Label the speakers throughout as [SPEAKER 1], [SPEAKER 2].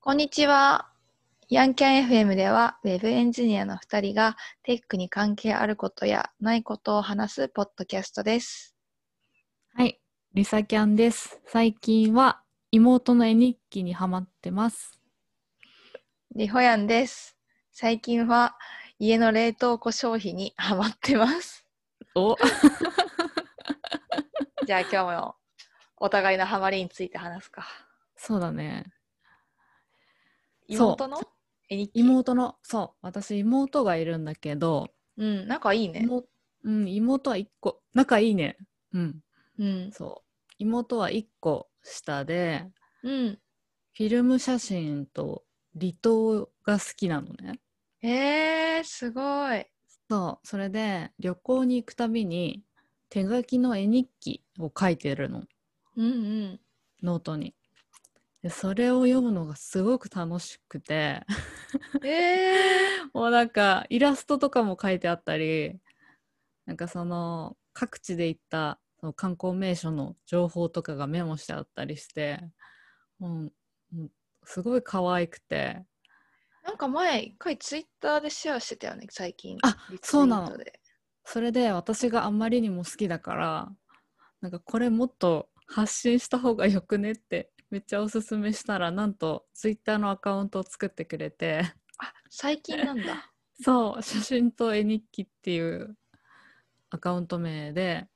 [SPEAKER 1] こんにちは。ヤンキャン FM では、ウェブエンジニアの2人がテックに関係あることやないことを話すポッドキャストです。
[SPEAKER 2] はい、リサキャンです。最近は妹の絵日記にハマってます。
[SPEAKER 1] リホヤンです。最近は家の冷凍庫消費にハマってます。
[SPEAKER 2] お
[SPEAKER 1] じゃあ今日もお互いのハマりについて話すか。
[SPEAKER 2] そうだね。そう
[SPEAKER 1] 妹の絵日記
[SPEAKER 2] 妹の、そう、私妹がいるんだけど、
[SPEAKER 1] うん、仲いいね。
[SPEAKER 2] 妹うん、妹は1個、仲いいね。うん、
[SPEAKER 1] うん。
[SPEAKER 2] そう。妹は1個下で、
[SPEAKER 1] うん。
[SPEAKER 2] フィルム写真と離島が好きなのね。
[SPEAKER 1] えー、すごい。
[SPEAKER 2] そう、それで旅行に行くたびに手書きの絵日記を書いてるの。
[SPEAKER 1] うんうん。
[SPEAKER 2] ノートに。でそれを読むのがすごく楽しくて
[SPEAKER 1] え
[SPEAKER 2] もうなんかイラストとかも書いてあったりなんかその各地で行ったその観光名所の情報とかがメモしてあったりして、うん、もうすごい可愛くて
[SPEAKER 1] ー、なんか前、一回ツイッターでシェアしてたよね、最近。
[SPEAKER 2] あ
[SPEAKER 1] リツイート
[SPEAKER 2] そうなの
[SPEAKER 1] で
[SPEAKER 2] それで私があまりにも好きだからなんかこれもっと発信した方がよくねってめっちゃおすすめしたらなんとツイッターのアカウントを作ってくれて。
[SPEAKER 1] あ、最近なん だ。
[SPEAKER 2] そう、写真と絵日記っていうアカウント名で、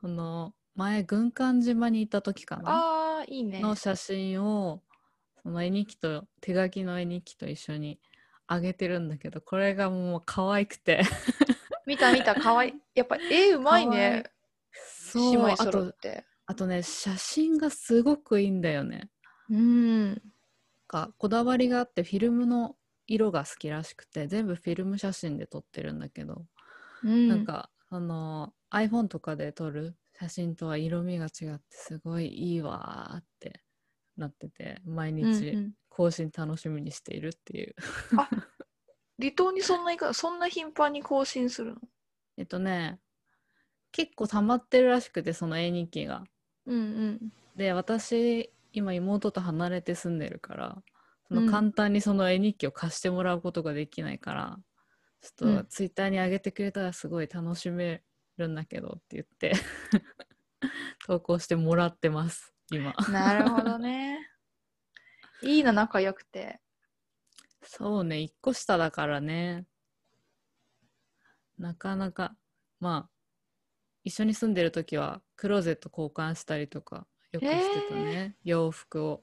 [SPEAKER 2] あの、前、軍艦島に行った時かな
[SPEAKER 1] あー、いいね。
[SPEAKER 2] の写真を、その絵日記と、手書きの絵日記と一緒にあげてるんだけど、これがもう可愛くて。
[SPEAKER 1] 見た見た、かわいい。やっぱ絵うまい
[SPEAKER 2] かわい
[SPEAKER 1] ね
[SPEAKER 2] い。そ
[SPEAKER 1] 姉
[SPEAKER 2] う、
[SPEAKER 1] 妹
[SPEAKER 2] あ
[SPEAKER 1] 揃っ
[SPEAKER 2] と、
[SPEAKER 1] て。
[SPEAKER 2] あとね、写真がすごくいいんだよね。
[SPEAKER 1] うん。
[SPEAKER 2] かこだわりがあって、フィルムの色が好きらしくて、全部フィルム写真で撮ってるんだけど、
[SPEAKER 1] うん。
[SPEAKER 2] なんかあの iPhone とかで撮る写真とは色味が違ってすごいいいわーってなってて毎
[SPEAKER 1] うんうん、
[SPEAKER 2] 日更新楽しみにしているっていう、
[SPEAKER 1] あ、離島にそんな行くのそんな頻繁に更新するの
[SPEAKER 2] えっとね結構溜まってるらしくてその絵日記が
[SPEAKER 1] うんうん。
[SPEAKER 2] で私今妹と離れて住んでるからそ
[SPEAKER 1] うん
[SPEAKER 2] の簡単にその絵日記を貸してもらうことができないから、ちょ
[SPEAKER 1] う
[SPEAKER 2] っと
[SPEAKER 1] ん
[SPEAKER 2] ツイッターに上げてくれたらすごい楽しめるんだけどって言って 投稿してもらってます今
[SPEAKER 1] なるほど ね。いいな、仲良くて。
[SPEAKER 2] そうね1個下だからねなかなかまあ一緒に住んでる時はクローゼット交換したりとかよくしてたね、洋服を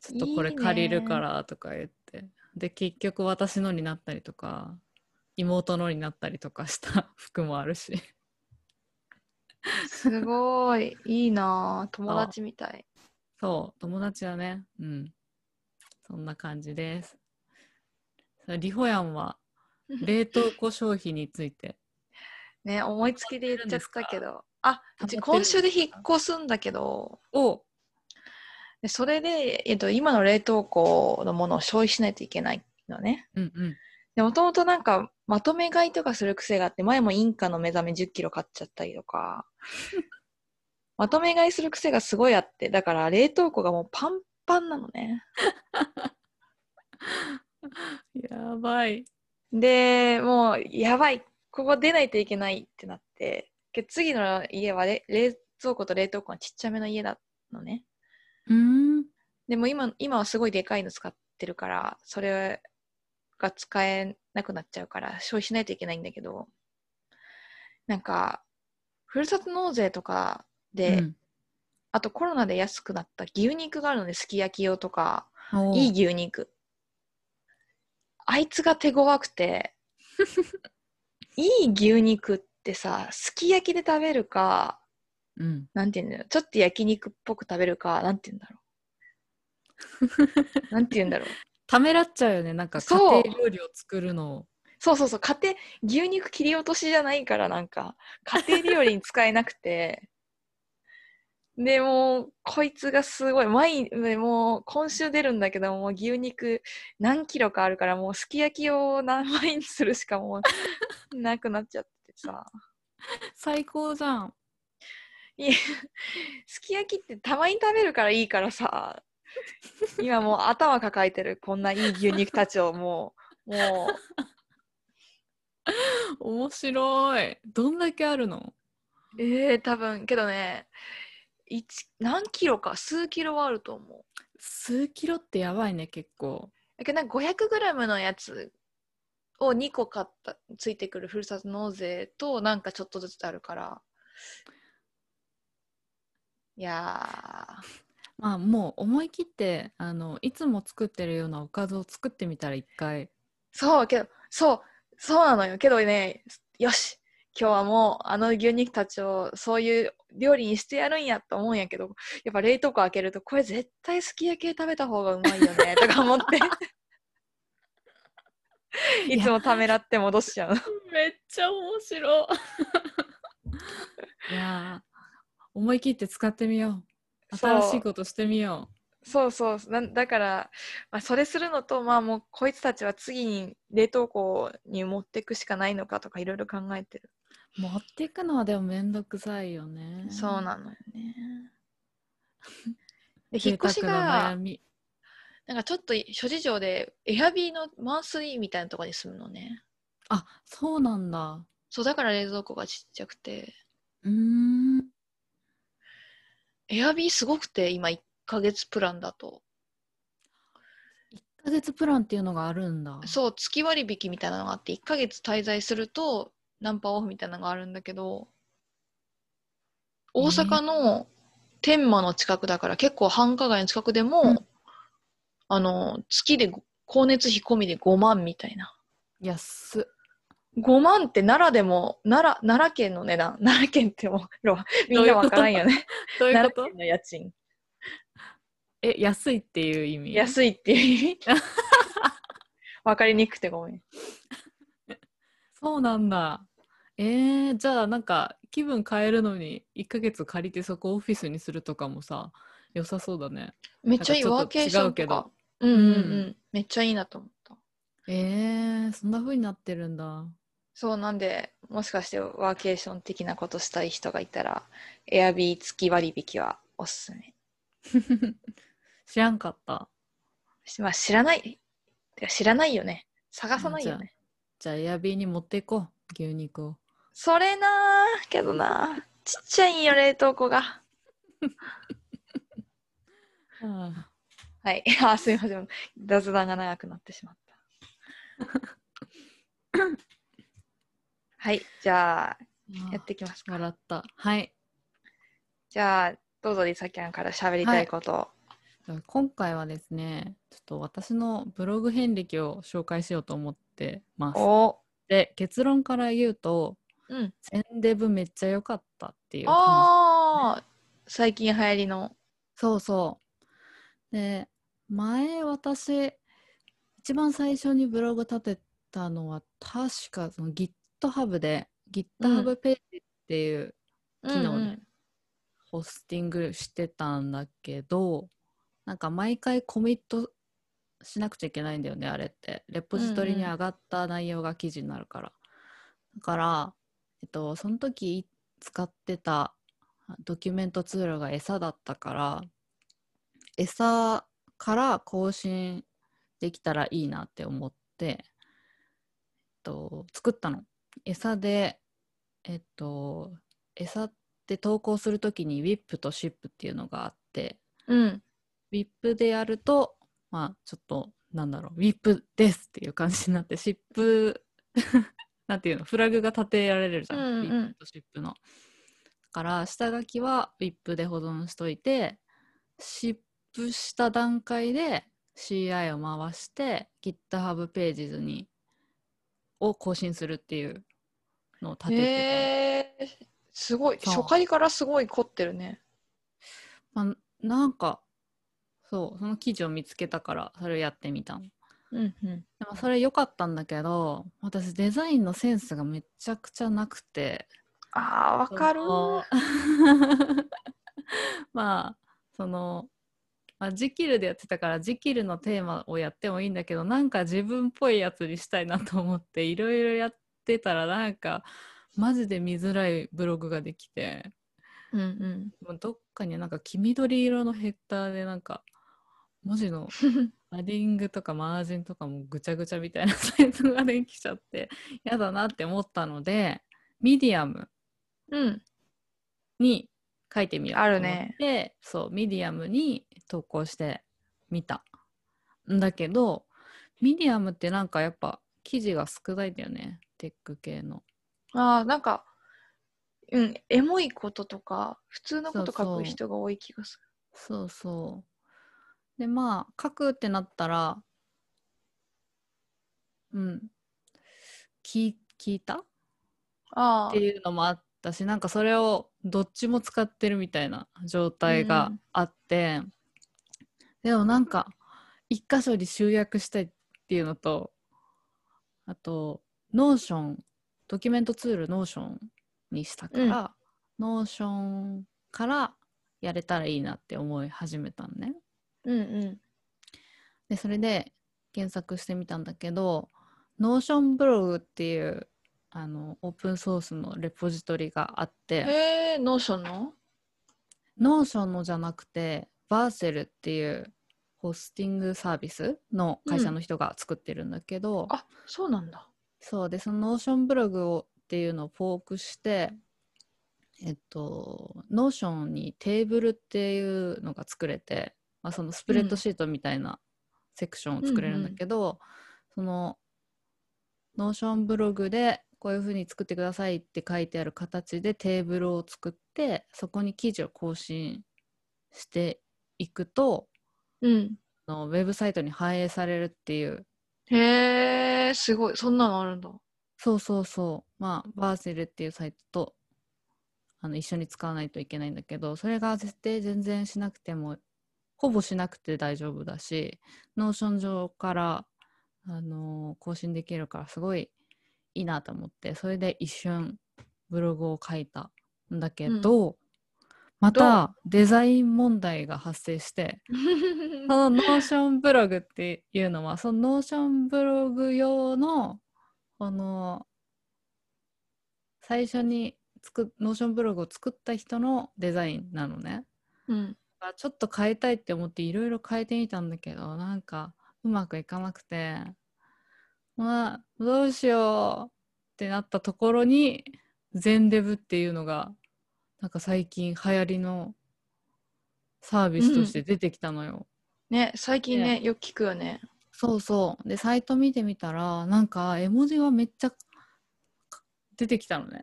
[SPEAKER 2] ちょっとこれ
[SPEAKER 1] いいね
[SPEAKER 2] 借りるからとか言ってで結局私のになったりとか妹のになったりとかした 服もあるし
[SPEAKER 1] すごい。いいなぁ友達みたい。
[SPEAKER 2] そう友達だねうんそんな感じですさあリホヤンは冷凍庫消費について
[SPEAKER 1] ね、思いつきで言っちゃったけど。あ、うち
[SPEAKER 2] 溜ま
[SPEAKER 1] 今
[SPEAKER 2] ってるんですか
[SPEAKER 1] 週で引っ越すんだけど、
[SPEAKER 2] を
[SPEAKER 1] でそれで、えっと、今の冷凍庫のものを消費しないといけないのね。
[SPEAKER 2] うんうん
[SPEAKER 1] で、もともとなんか、まとめ買いとかする癖があって、前もインカの目覚め10キロ買っちゃったりとか、まとめ買いする癖がすごいあって、だから冷凍庫がもうパンパンなのね。
[SPEAKER 2] やばい。
[SPEAKER 1] で、もう、やばい、ここ出ないといけないってなって、で次の家はれ冷蔵庫と冷凍庫がちっちゃめの家だのね。
[SPEAKER 2] うん。
[SPEAKER 1] でも今、今はすごいでかいの使ってるから、それが使えなくなっちゃうから、消費しないといけないんだけど、なんか、ふるさと納税とかで、あとコロナで安くなった牛肉があるので、すき焼き用とか、いい
[SPEAKER 2] い。
[SPEAKER 1] 牛肉。あいつが手強くて、いい牛肉ってさ、すき焼きで食べるか、
[SPEAKER 2] うん。
[SPEAKER 1] なんていうんだろう、ちょっと焼肉っぽく食べるか、なんていうんだろう。なんていうんだろう。
[SPEAKER 2] ためらっちゃうよね。なんか家
[SPEAKER 1] そう
[SPEAKER 2] 庭料理を作るのを。
[SPEAKER 1] そうそうそう、家庭、牛肉切り落としじゃないから、なんか、家庭料理に使えなくて。で、もう、こいつがすごい、毎、ねもう、今週出るんだけど、もう牛肉何キロかあるから、もうすき焼きを何枚にするしかもう、なくなっちゃってさ。
[SPEAKER 2] 最高じゃん。
[SPEAKER 1] いやすき焼きってたまに食べるからいいからさ、今もう頭抱えてる、こんないい牛肉たちをもう、も
[SPEAKER 2] 面白い。どんだけあるの
[SPEAKER 1] う、 ええ多分、けどね、一何キロか、数キロはあると思う。
[SPEAKER 2] 数キロってやばいね、結構。
[SPEAKER 1] だけどなんか500グラムのやつを2個買った、ついてくるふるさと納税と、なんかちょっとずつあるから。いや
[SPEAKER 2] まあもう思い切ってあのいつも作ってるようなおかずを作ってみたら一回
[SPEAKER 1] ー、そう、けど、そう、そうなのよ。けどね、よし、今日はもう、あの牛肉たちを、そういう料理にしてやるんやと思うんやけど、やっぱ冷凍庫開けると、これ絶対すき焼きで食べた方がうまいよ ね、とか思って。いつもためらって戻しちゃうの。
[SPEAKER 2] めっちゃ面白 いやー思い切って使ってみよう
[SPEAKER 1] そう
[SPEAKER 2] 新しいことしてみよ
[SPEAKER 1] そうそうなんだから、まあ、それするのとまあもうこいつたちは次に冷凍庫に持ってくしかないのかとかいろいろ考えてる、
[SPEAKER 2] う持っていくのはでもめんどくさいよね
[SPEAKER 1] そうなのよ ねで引
[SPEAKER 2] 贅
[SPEAKER 1] っ越し
[SPEAKER 2] 沢な
[SPEAKER 1] が
[SPEAKER 2] 悩み
[SPEAKER 1] なんかちょっと諸事情でエアビーのマンスリーみたいなところに住むのね
[SPEAKER 2] あそうなんだ
[SPEAKER 1] そうだから冷蔵庫がちっちゃくて
[SPEAKER 2] うーん
[SPEAKER 1] エアビーすごくて今1ヶ月プランだと
[SPEAKER 2] 1ヶ月プランっていうのがあるんだ
[SPEAKER 1] そう月割引みたいなのがあって1ヶ月滞在するとナンパオフみたいなのがあるんだけど大阪の天満の近くだから結構繁華街の近くでも、
[SPEAKER 2] うん
[SPEAKER 1] あの月でご光熱費込みで5万みたいな
[SPEAKER 2] 安っ
[SPEAKER 1] 5万って奈良でも奈良奈良県の値段 奈良県ってもうみんなわからんよね
[SPEAKER 2] どういう
[SPEAKER 1] 奈
[SPEAKER 2] こ
[SPEAKER 1] 良
[SPEAKER 2] と
[SPEAKER 1] 県の家賃
[SPEAKER 2] え安いっていう意味
[SPEAKER 1] 安いっていう 意味わかりにくくてごめん
[SPEAKER 2] そうなんだ。えー、じゃあなんか気分変えるのに1ヶ月借りてそこオフィスにするとかもさ良さそうだね。
[SPEAKER 1] めっちゃいい
[SPEAKER 2] なんかちょっと
[SPEAKER 1] ワーケーション
[SPEAKER 2] 違うけ
[SPEAKER 1] とか
[SPEAKER 2] ど
[SPEAKER 1] うんうんうん、
[SPEAKER 2] う
[SPEAKER 1] めっちゃいいなと思った
[SPEAKER 2] えー、そんな風になってるんだ。
[SPEAKER 1] そうなんでもしかしてワーケーション的なことしたい人がいたらエアビー付き割引はおすすめ
[SPEAKER 2] 知らんかった。
[SPEAKER 1] しまあ知らないてか知らないよね探さないよね
[SPEAKER 2] じゃあエアビーに持っていこう牛肉を。
[SPEAKER 1] それなーけどなーちっちゃいんよ冷凍庫が
[SPEAKER 2] あ
[SPEAKER 1] はい あすいません雑談が長くなってしまった はいじゃあ
[SPEAKER 2] ー
[SPEAKER 1] やっていきますか
[SPEAKER 2] 笑った。はい。
[SPEAKER 1] じゃあどうぞりさきゃんから喋りたいことを、
[SPEAKER 2] 今回はですねちょっと私のブログ遍歴を紹介しようと思ってます。
[SPEAKER 1] お
[SPEAKER 2] で結論から言うと
[SPEAKER 1] うん
[SPEAKER 2] 全デブめっちゃ良かったっていう話
[SPEAKER 1] ああ最近流行りの
[SPEAKER 2] そうそう。で、前私、一番最初にブログ立てたのは、確かその GitHub で、GitHub ページっていう機能ね、ホスティングしてたんだけど、なんか毎回コミットしなくちゃいけないんだよね、あれって。レポジトリに上がった内容が記事になるから。だから、えっと、その時使ってたドキュメントツールが餌だったから、餌から更新できたらいいなって思って、えっと、作ったの。餌で、えっと、餌って投稿するときに WIP と SHIP っていうのがあって、
[SPEAKER 1] うんうん
[SPEAKER 2] WIP でやると、まあ、ちょっと、なんだろう、WIP ですっていう感じになって、SHIP、なんていうの、フラグが立てられるじゃん、
[SPEAKER 1] うんうん
[SPEAKER 2] WIP と SHIP の。だから、下書きは WIP で保存しといて、SHIP した段階で CI を回して、GitHub ページズに、を更新するっていうのを立ててたの。
[SPEAKER 1] へえー、すごい
[SPEAKER 2] そう
[SPEAKER 1] 初回からすごい凝ってるね
[SPEAKER 2] まあ、なんか、そう、その記事を見つけたから、それをやってみたの。
[SPEAKER 1] うんうん
[SPEAKER 2] でもそれ良かったんだけど私デザインのセンスがめちゃくちゃなくて
[SPEAKER 1] あーわかる
[SPEAKER 2] そ
[SPEAKER 1] ー
[SPEAKER 2] の まあその、まあ、ジキルでやってたからジキルのテーマをやってもいいんだけどなんか自分っぽいやつにしたいなと思っていろいろやってたらなんかマジで見づらいブログができて
[SPEAKER 1] うんうん
[SPEAKER 2] もうどっかになんか黄緑色のヘッダーでなんか文字のバッディングとかマージンとかもぐちゃぐちゃみたいなサイトができちゃってやだなって思ったのでミディアム
[SPEAKER 1] うん。
[SPEAKER 2] に書いてみようと
[SPEAKER 1] あ
[SPEAKER 2] 思
[SPEAKER 1] る
[SPEAKER 2] って
[SPEAKER 1] ね
[SPEAKER 2] そうミディアムに投稿してみたんだけどミディアムってなんかやっぱ記事が少ないんだよねテック系の
[SPEAKER 1] ああ、なんか、うん、エモいこととか、普通のこと
[SPEAKER 2] そう
[SPEAKER 1] 書
[SPEAKER 2] そ
[SPEAKER 1] く
[SPEAKER 2] う
[SPEAKER 1] 人が多い気がす
[SPEAKER 2] そうそうでまあ書くってなったらうん聞聞いた
[SPEAKER 1] る。ああ。
[SPEAKER 2] っていうのもあったしなんかそれをどっちも使ってるみたいな状態があって、でもなんか一箇所に集約したいっていうのとあとノーションドキュメントツールノーションにしたから、ノーションからやれたらいいなって思い始めたのね。
[SPEAKER 1] うんうん。
[SPEAKER 2] でそれで検索してみたんだけど Notion ブログっていうあのオープンソースのレポジトリがあって
[SPEAKER 1] へえ、ノーションの
[SPEAKER 2] Notion のじゃなくてバーセルっていうホスティングサービスの会社の人が作ってるんだけど、
[SPEAKER 1] あ、そうなんだ。
[SPEAKER 2] そうでその Notion ブログをっていうのをフォークしてえっと Notion にテーブルっていうのが作れて、まあ、そのスプレッドシートみたいなセクションを作れるんだけど、その Notion ブログでこういうふうに作ってくださいって書いてある形でテーブルを作ってそこに記事を更新していくと
[SPEAKER 1] うん。
[SPEAKER 2] あのウェブサイトに反映されるっていう
[SPEAKER 1] へえ、すごい。そんなのあ るんだ。
[SPEAKER 2] そうそうそう。まあ、バーセルっていうサイトとあの一緒に使わないといけないんだけど、それが設定全然しなくても、ほぼしなくて大丈夫だし、ノーション上から、あのー更新できるから、すごいいいなと思って、それで一瞬ブログを書いたんだけど、またデザイン問題が発生して、そのノーションブログっていうのは、そのノーションブログ用の、この、最初に作ノーションブログを作った人のデザインなのね。
[SPEAKER 1] うん。
[SPEAKER 2] だからちょっと変えたいって思っていろいろ変えてみたんだけど、なんかうまくいかなくて、まあ、どうしようってなったところに、全デブっていうのが、なんか最近流行りのサービスとして出てきたのよ。
[SPEAKER 1] ね、最近ね、よく聞くよね。
[SPEAKER 2] そうそう。で、サイト見てみたら、なんか絵文字がめっちゃか出てきたの ね。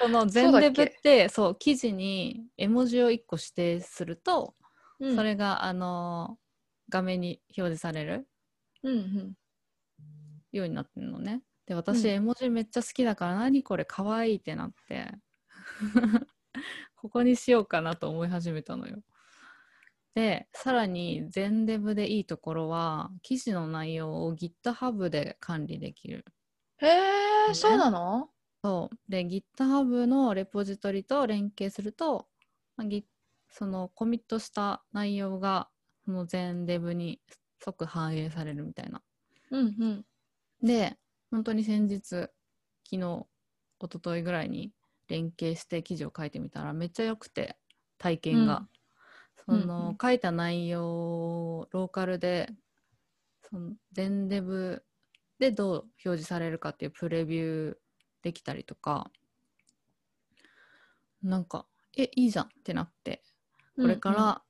[SPEAKER 2] その全デブって、そう記事に絵文字を1個指定すると、
[SPEAKER 1] うん
[SPEAKER 2] それが、あのー画面に表示される
[SPEAKER 1] うんうん。
[SPEAKER 2] ようになってるのね。で、
[SPEAKER 1] うん
[SPEAKER 2] 私、絵文字めっちゃ好きだから、何これかわいいってなって、 ここにしようかなと思い始めたのよ。で、さらに全デブでいいところは、記事の内容を GitHub で管理できる。
[SPEAKER 1] へえ、
[SPEAKER 2] ね
[SPEAKER 1] そうなの
[SPEAKER 2] そうで GitHub のレポジトリと連携すると、まあ、Git- そのコミットした内容がその全デブに即反映されるみたいな。
[SPEAKER 1] うんうん。
[SPEAKER 2] で本当に先日昨日一昨日ぐらいに連携して記事を書いてみたらめっちゃ良くて体験が、
[SPEAKER 1] うん
[SPEAKER 2] その、
[SPEAKER 1] うんうん
[SPEAKER 2] 書いた内容をローカルでその全デブでどう表示されるかっていうプレビューできたりとかなんかえいいじゃんってなってこれか
[SPEAKER 1] うんうん
[SPEAKER 2] ら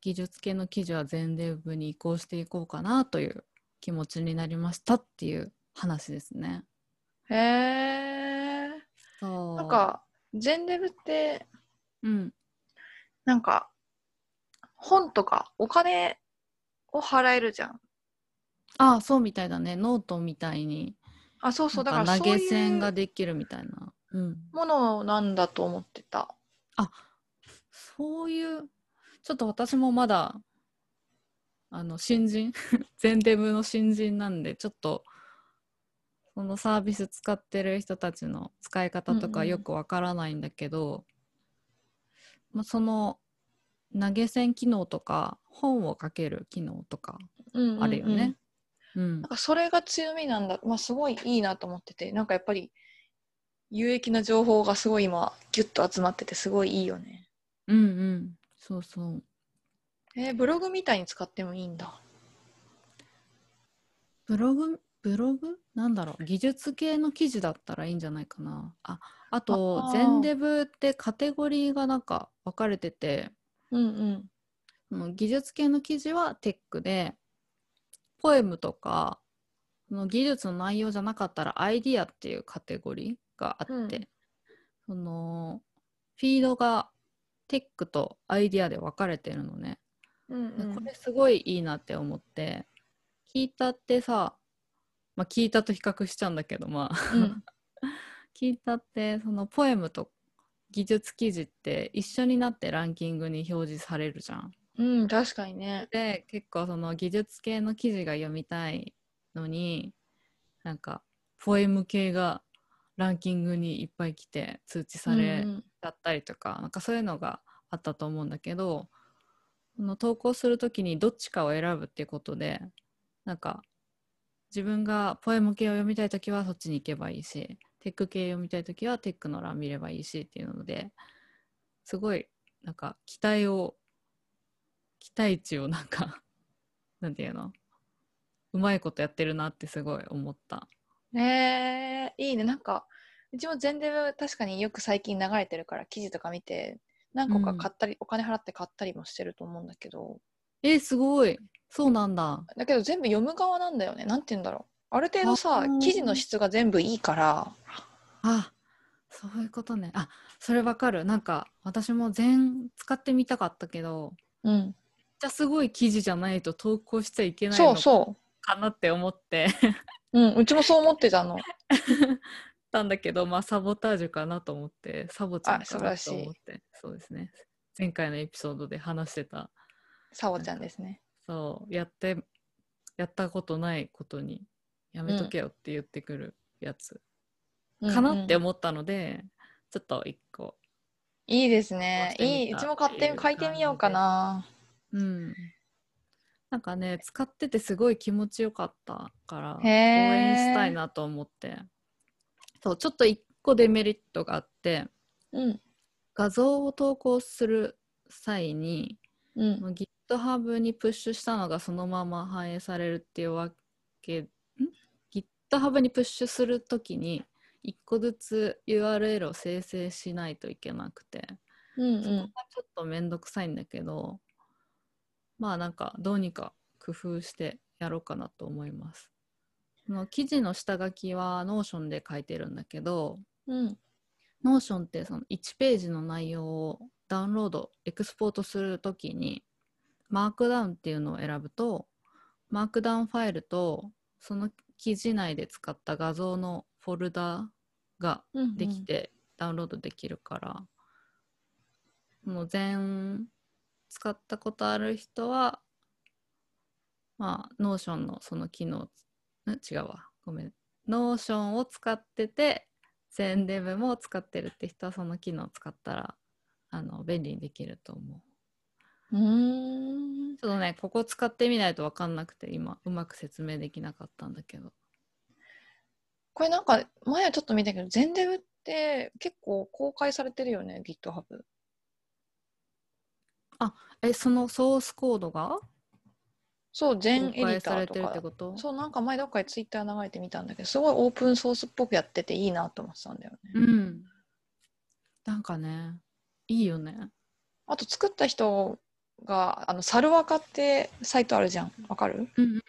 [SPEAKER 2] 技術系の記事は全デブに移行していこうかなという気持ちになりましたっていう話ですね。
[SPEAKER 1] へえ。
[SPEAKER 2] そう
[SPEAKER 1] なんか、全デブって、
[SPEAKER 2] うん、
[SPEAKER 1] なんか、本とかお金を払えるじゃん。
[SPEAKER 2] あそうみたいだねノートみたいに
[SPEAKER 1] あ、そうそう、だ
[SPEAKER 2] な
[SPEAKER 1] か
[SPEAKER 2] んから投
[SPEAKER 1] そう
[SPEAKER 2] げ
[SPEAKER 1] い
[SPEAKER 2] 銭が
[SPEAKER 1] う
[SPEAKER 2] できるみたいな。うん、
[SPEAKER 1] ものなんだと思ってた。
[SPEAKER 2] そういうちょっと私もまだあの新人 全デブの新人なんでちょっとそのサービス使ってる人たちの使い方と
[SPEAKER 1] うんう
[SPEAKER 2] か
[SPEAKER 1] ん
[SPEAKER 2] よくわからないんだけど、まあ、その投げ銭機能とか本をかける機能とか
[SPEAKER 1] うんうんうん
[SPEAKER 2] あるよね。うん
[SPEAKER 1] なんかそれが強みなんだ、まあ、すごいいいなと思っててなんかやっぱり有益な情報がすごい今ギュッと集まっててすごいいいよね。
[SPEAKER 2] うんうんそうそう
[SPEAKER 1] えーブログみたいに使ってもいいんだ。
[SPEAKER 2] ブログブログなんだろう技術系の記事だったらいいんじゃないかなああと
[SPEAKER 1] あー
[SPEAKER 2] 全デブってカテゴリーがなんか分かれてて
[SPEAKER 1] うんうん。
[SPEAKER 2] その技術系の記事はテックでポエムとかその技術の内容じゃなかったらアイディアっていうカテゴリーがあって、
[SPEAKER 1] うん
[SPEAKER 2] そのフィードがテックとアイディアで分かれてるのね、
[SPEAKER 1] うんう
[SPEAKER 2] で
[SPEAKER 1] ん、
[SPEAKER 2] これすごいいいなって思って聞いたってさ、まあ、聞いたと比較しちゃうんだけどまあ
[SPEAKER 1] うん
[SPEAKER 2] 聞いたってそのポエムと技術記事って一緒になってランキングに表示されるじゃん。
[SPEAKER 1] うん、確かにね。
[SPEAKER 2] で結構その技術系の記事が読みたいのになんかポエム系がランキングにいっぱい来て通知され
[SPEAKER 1] うん
[SPEAKER 2] だったりとか、なんかそういうのがあったと思うんだけどその投稿するときにどっちかを選ぶっていうことでなんか自分がポエム系を読みたいときはそっちに行けばいいしテック系読みたいときはテックの欄見ればいいしっていうのですごいなんか期待を期待値を なんかなんていうのうまいことやってるなってすごい思った。
[SPEAKER 1] うんねえいいね。なんか、うちも全然確かによく最近流れてるから記事とか見て、何個か買ったり、お金払って買ったりもしてると思うんだけど、
[SPEAKER 2] えーすごいそうなんだ。
[SPEAKER 1] だけど全部読む側なんだよね。なんて言うんだろう。ある程度
[SPEAKER 2] あ
[SPEAKER 1] さ
[SPEAKER 2] ー、
[SPEAKER 1] 記事の質が全部いいから、
[SPEAKER 2] あそういうことねあそれわかるなんか私も全使ってみたかったけど
[SPEAKER 1] うん、
[SPEAKER 2] めっちゃすごい記事じゃないと投稿しちゃいけない
[SPEAKER 1] そ
[SPEAKER 2] の
[SPEAKER 1] うそ
[SPEAKER 2] かなって思って
[SPEAKER 1] う、うん、うちもそう思ってたの。
[SPEAKER 2] たんだけどまあサボタージュかなと思ってサボちゃん
[SPEAKER 1] あ
[SPEAKER 2] か
[SPEAKER 1] 素晴
[SPEAKER 2] な
[SPEAKER 1] らしい
[SPEAKER 2] と思ってそうですね前回のエピソードで話してた
[SPEAKER 1] さおちゃんですね。
[SPEAKER 2] そうやってやったことないことにやめとけよって言ってくるやつ、かなって
[SPEAKER 1] うんうん
[SPEAKER 2] 思ったので、ちょっと一個
[SPEAKER 1] いいですね。
[SPEAKER 2] こうしてみた
[SPEAKER 1] いい、うちも買って
[SPEAKER 2] っていう
[SPEAKER 1] 書いてみようかな。
[SPEAKER 2] うん、なんかね使っててすごい気持ちよかったから応
[SPEAKER 1] へー
[SPEAKER 2] 援したいなと思ってそうちょっと一個デメリットがあって
[SPEAKER 1] うん、
[SPEAKER 2] 画像を投稿する際に
[SPEAKER 1] うん
[SPEAKER 2] そ、の GitHub にプッシュしたのがそのまま反映されるっていうわけん GitHub にプッシュするときに一個ずつ URL を生成しないといけなくて
[SPEAKER 1] うん、
[SPEAKER 2] そこがちょっとめんどくさいんだけど、まあなんかどうにか工夫してやろうかなと思います。その記事の下書きは Notion で書いてるんだけど、
[SPEAKER 1] うん、うん、
[SPEAKER 2] Notion ってその1ページの内容をダウンロード、エクスポートするときに、マークダウンっていうのを選ぶと、マークダウンファイルと、その記事内で使った画像のフォルダが
[SPEAKER 1] うんうん
[SPEAKER 2] でき。てダウンロードできるから、もう全使ったことある人はまあ Notion のその機能ん違うわごめん Notion を使ってて全デブも使ってるって人はその機能を使ったらあの便利にできると思う
[SPEAKER 1] うーん、
[SPEAKER 2] ちょっとねここ使ってみないと分かんなくて今うまく説明できなかったんだけど
[SPEAKER 1] これなんか前はちょっと見たけど、全デブって結構公開されてるよね、GitHub。
[SPEAKER 2] えそのソースコードが
[SPEAKER 1] そう、全
[SPEAKER 2] 公
[SPEAKER 1] エディ
[SPEAKER 2] 開
[SPEAKER 1] タ
[SPEAKER 2] さ
[SPEAKER 1] ー
[SPEAKER 2] れ
[SPEAKER 1] と
[SPEAKER 2] てるって
[SPEAKER 1] か。
[SPEAKER 2] こと
[SPEAKER 1] そう、なんか前どっかでツイッター流れてみたんだけど、すごいオープンソースっぽくやってていいなと思ってたんだよね。
[SPEAKER 2] うん。なんかね、いいよね。
[SPEAKER 1] あと作った人が、あの、サルワカってサイトあるじゃん。わかる
[SPEAKER 2] うんうん。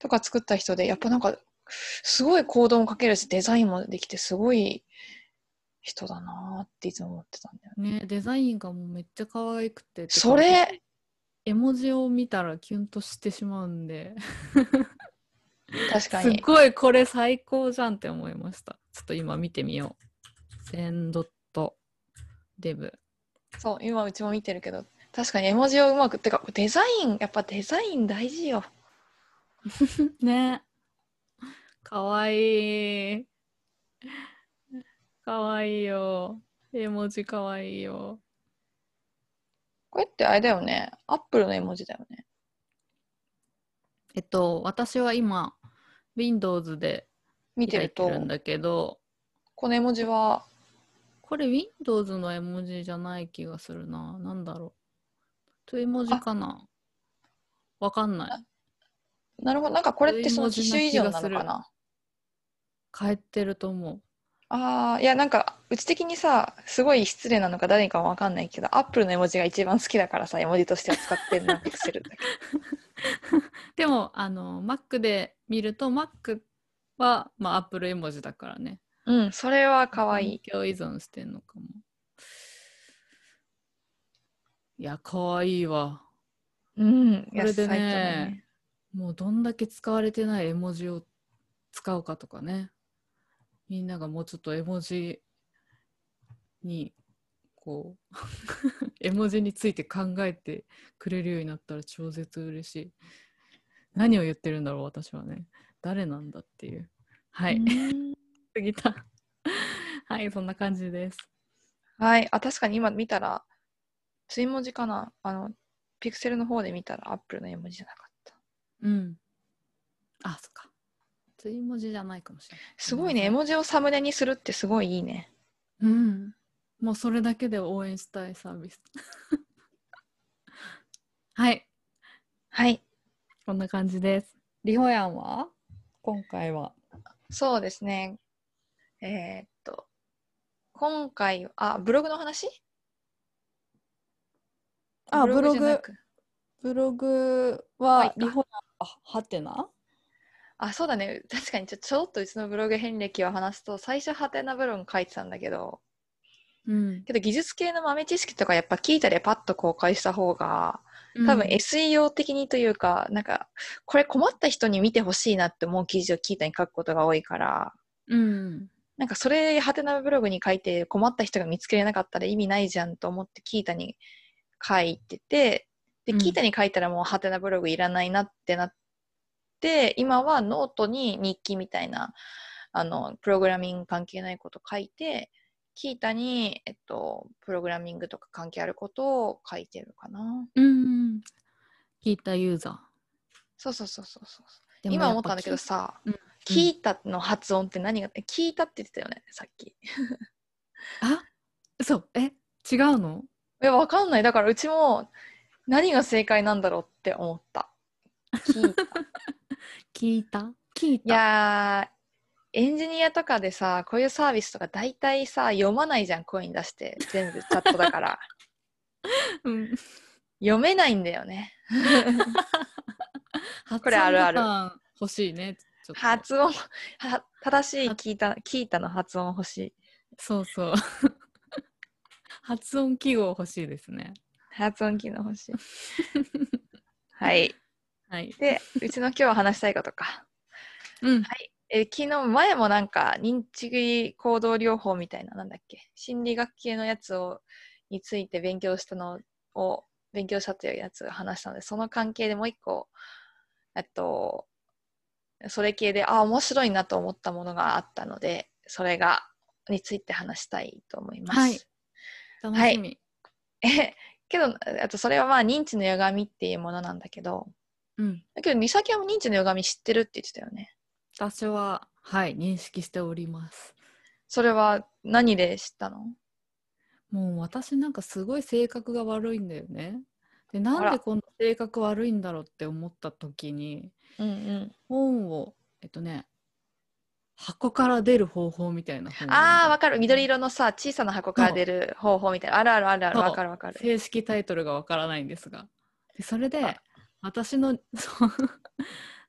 [SPEAKER 1] とか作った人で、やっぱなんか、すごいコードも書けるし、デザインもできて、すごい人だなーっていつも思ってたんだよね。
[SPEAKER 2] ね、デザインがもうめっちゃ可愛くて。
[SPEAKER 1] それ、
[SPEAKER 2] 絵文字を見たらキュンとしてしまうんで、
[SPEAKER 1] 確
[SPEAKER 2] す
[SPEAKER 1] か
[SPEAKER 2] っ
[SPEAKER 1] に。
[SPEAKER 2] ごいこれ最高じゃんって思いました。ちょっと今見てみよう。センドットデブ。
[SPEAKER 1] そう、今うちも見てるけど、確かに絵文字をうまく、ってか、デザイン、やっぱデザイン大事よ。
[SPEAKER 2] ね。可愛いい。可愛いよ。絵文字可愛いよ。
[SPEAKER 1] これってあれだよね。アップルの絵文字だよね。
[SPEAKER 2] えっと、私は今、Windows で
[SPEAKER 1] 見てると、
[SPEAKER 2] 開いてるんだけど
[SPEAKER 1] この絵文字は、
[SPEAKER 2] これ Windows の絵文字じゃない気がするななんだろトイ文字かなわかんない。
[SPEAKER 1] なるほど。なんかこれってその
[SPEAKER 2] そう
[SPEAKER 1] 機
[SPEAKER 2] いう文
[SPEAKER 1] 種
[SPEAKER 2] 字
[SPEAKER 1] 以
[SPEAKER 2] な
[SPEAKER 1] 上
[SPEAKER 2] 気が
[SPEAKER 1] なのかな
[SPEAKER 2] 変えてると思う。
[SPEAKER 1] ああ、いや、なんか、うち的にさ、すごい失礼なのか誰かはわかんないけど、アップルの絵文字が一番好きだからさ、絵文字としては使ってんな、ピクセルだけ。
[SPEAKER 2] でも、あの、Mac で見ると、Mac は、まあ、Apple 絵文字だからね。
[SPEAKER 1] うん、それは可愛い。
[SPEAKER 2] 環境依存してんのかも。いや、可愛いわ。
[SPEAKER 1] うん、
[SPEAKER 2] これ
[SPEAKER 1] 安さい
[SPEAKER 2] でね
[SPEAKER 1] と思うね
[SPEAKER 2] もうどんだけ使われてない絵文字を使うかとかねみんながもうちょっと絵文字にこう 絵文字について考えてくれるようになったら超絶嬉しい何を言ってるんだろう私はね誰なんだっていうはい、
[SPEAKER 1] うん
[SPEAKER 2] 過ぎたはいそんな感じです
[SPEAKER 1] はい、あ、確かに今見たら、水文字かなあの、ピクセルの方で見たら、アップルの絵文字じゃなかった。
[SPEAKER 2] うんあそっか追文字じゃないかもしれない
[SPEAKER 1] すごいね、絵文字をサムネにするってすごいいいね。
[SPEAKER 2] うん。もうそれだけで応援したいサービス。 はい。
[SPEAKER 1] はい、
[SPEAKER 2] こんな感じです。リホヤンは今回は。
[SPEAKER 1] そうですね。えーっと、今回、あ、ブログの話
[SPEAKER 2] あ
[SPEAKER 1] じゃなく
[SPEAKER 2] ブログ
[SPEAKER 1] はい
[SPEAKER 2] はリホヤンはハテナ
[SPEAKER 1] あ、そうだね。確かにちょ、ちょろっとうちのブログ遍歴を話すと、最初ハテナブログ書いてたんだけど、
[SPEAKER 2] うん。
[SPEAKER 1] けど技術系の豆知識とかやっぱ聞いたりパッと公開した方が、多分 SEO 的にというか、なんか、これ困った人に見てほしいなって思う記事を聞いたに書くことが多いから、
[SPEAKER 2] うん。
[SPEAKER 1] なんかそれ、ハテナブログに書いて困った人が見つけれなかったら意味ないじゃんと思ってキータに書いてて、で、
[SPEAKER 2] うん
[SPEAKER 1] キータに書いたらもうハテナブログいらないなってなって、今はノートに日記みたいな、あの、プログラミング関係ないこと書いて、キータに、えっと、プログラミングとか関係あることを書いてるかな。
[SPEAKER 2] うん。聞いたユーザ
[SPEAKER 1] そうそうそうそうそう。
[SPEAKER 2] ー。
[SPEAKER 1] 今思ったんだけどさ、
[SPEAKER 2] うん
[SPEAKER 1] キータの発音って何が、えキータって言ってたよね、さっき。
[SPEAKER 2] あそう。え違うの
[SPEAKER 1] いや、わかんない。だから、うちも何が正解なんだろうって思った。聞いたい
[SPEAKER 2] 聞いた聞いた。
[SPEAKER 1] やー、エンジニアとかでさ、こういうサービスとか大体さ、読まないじゃん、声に出して。全部チャットだから。
[SPEAKER 2] うん。
[SPEAKER 1] 読めないんだよね。
[SPEAKER 2] こ
[SPEAKER 1] これあるある
[SPEAKER 2] る。欲しいね。ちょっと
[SPEAKER 1] 発音、は正しい聞いた、聞いたの発音欲しい。
[SPEAKER 2] そうそう。発音記号欲しいですね。
[SPEAKER 1] 発音機能欲しい。はい。
[SPEAKER 2] はい。
[SPEAKER 1] で、うちの今日話したいことか。
[SPEAKER 2] うん。
[SPEAKER 1] えー昨日前もなんか認知行動療法みたいななんだっけ心理学系のやつをについて勉強したのを勉強したというやつを話したのでその関係でもう一個えっとそれ系であ面白いなと思ったものがあったのでそれがについて話したいと思います。
[SPEAKER 2] はい楽しみ。
[SPEAKER 1] えけどあとそれはまあ認知の歪みっていうものなんだけど
[SPEAKER 2] うん。
[SPEAKER 1] だけど美咲は認知の歪み知ってるって言ってたよね。
[SPEAKER 2] 私は、はい、認識しております。
[SPEAKER 1] それは何で知ったの
[SPEAKER 2] もう私なんかすごい性格が悪いんだよね。で、なん
[SPEAKER 1] あ
[SPEAKER 2] で
[SPEAKER 1] ら
[SPEAKER 2] この性格悪いんだろうって思った時に、
[SPEAKER 1] うんうん
[SPEAKER 2] 本を、えっとね、箱から出る方法みたいな本を
[SPEAKER 1] ああ、
[SPEAKER 2] 読んだ
[SPEAKER 1] わかる。緑色のさ、小さな箱から出る方法みたいな。あるあるあるある。
[SPEAKER 2] そう
[SPEAKER 1] わかるわかる。
[SPEAKER 2] 正式タイトルがわからないんですがでそれで
[SPEAKER 1] あ
[SPEAKER 2] 私の そう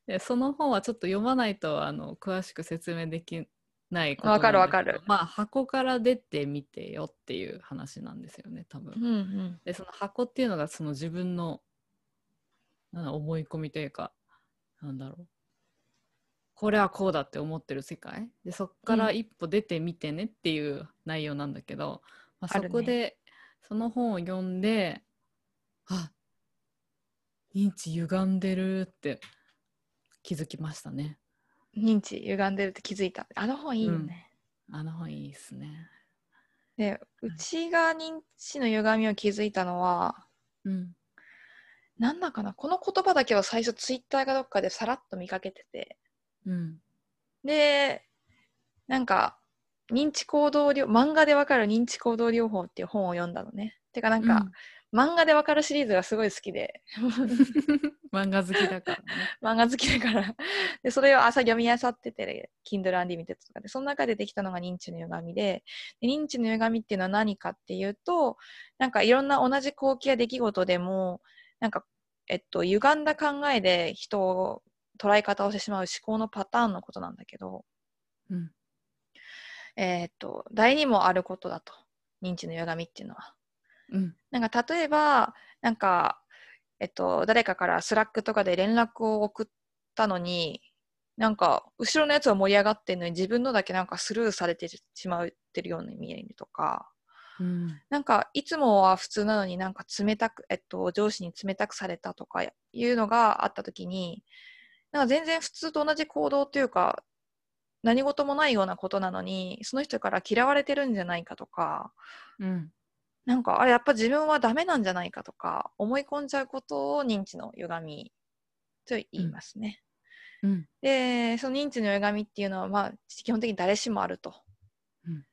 [SPEAKER 2] でその本はちょっと読まないとあの詳しく説明できないことなん
[SPEAKER 1] わかるわ
[SPEAKER 2] だけ
[SPEAKER 1] か
[SPEAKER 2] ど
[SPEAKER 1] る
[SPEAKER 2] まあ箱から出てみてよっていう話なんですよね多分
[SPEAKER 1] うんうん。
[SPEAKER 2] でその箱っていうのがその自分のなんだ思い込みというかなんだろうこれはこうだって思ってる世界でそっから
[SPEAKER 1] うん
[SPEAKER 2] 一歩出てみてねっていう内容なんだけど、まあ、
[SPEAKER 1] あ
[SPEAKER 2] そ
[SPEAKER 1] るね
[SPEAKER 2] こで、その本を読んであ認知歪んでるって気づきましたね
[SPEAKER 1] 認知歪んでるって気づいた。あの本いいよね。
[SPEAKER 2] あの本いいですね
[SPEAKER 1] で、うちが認知の歪みを気づいたのは、
[SPEAKER 2] うん
[SPEAKER 1] なんだかな。この言葉だけは最初ツイッターかどっかでさらっと見かけてて。
[SPEAKER 2] うん
[SPEAKER 1] で、なんか、認知行動療、漫画でわかる認知行動療法っていう本を読んだのね。てかなんか、漫画でわかるシリーズがすごい好きで、
[SPEAKER 2] 漫画好きだからね。
[SPEAKER 1] 漫画好きだから。で、それを朝読み漁ってて、Kindle Unlimited とかで、その中でできたのが認知の歪みで、で認知の歪みっていうのは何かっていうと、なんかいろんな同じ光景や出来事でも、なんか、えっと、歪んだ考えで人を捉え方をしてしまう思考のパターンのことなんだけど、
[SPEAKER 2] うん。
[SPEAKER 1] えっと、誰にもあることだと。認知の歪みっていうのは。
[SPEAKER 2] うん。
[SPEAKER 1] なんか例えば、なんか、えっと、誰かからスラックとかで連絡を送ったのに、なんか、後ろのやつは盛り上がってるのに、自分のだけなんかスルーされてしまってるように見えるとか、
[SPEAKER 2] うん。
[SPEAKER 1] なんか、いつもは普通なのになんか冷たく、えっと、上司に冷たくされたとかいうのがあったときに、なんか全然普通と同じ行動というか、何事もないようなことなのに、その人から嫌われてるんじゃないかとか、
[SPEAKER 2] うん。
[SPEAKER 1] なんかあれやっぱ自分はダメなんじゃないかとか思い込んじゃうことを認知の歪みと言いますね。
[SPEAKER 2] うん。
[SPEAKER 1] でその認知の歪みっていうのはまあ基本的に誰しもあると。
[SPEAKER 2] うん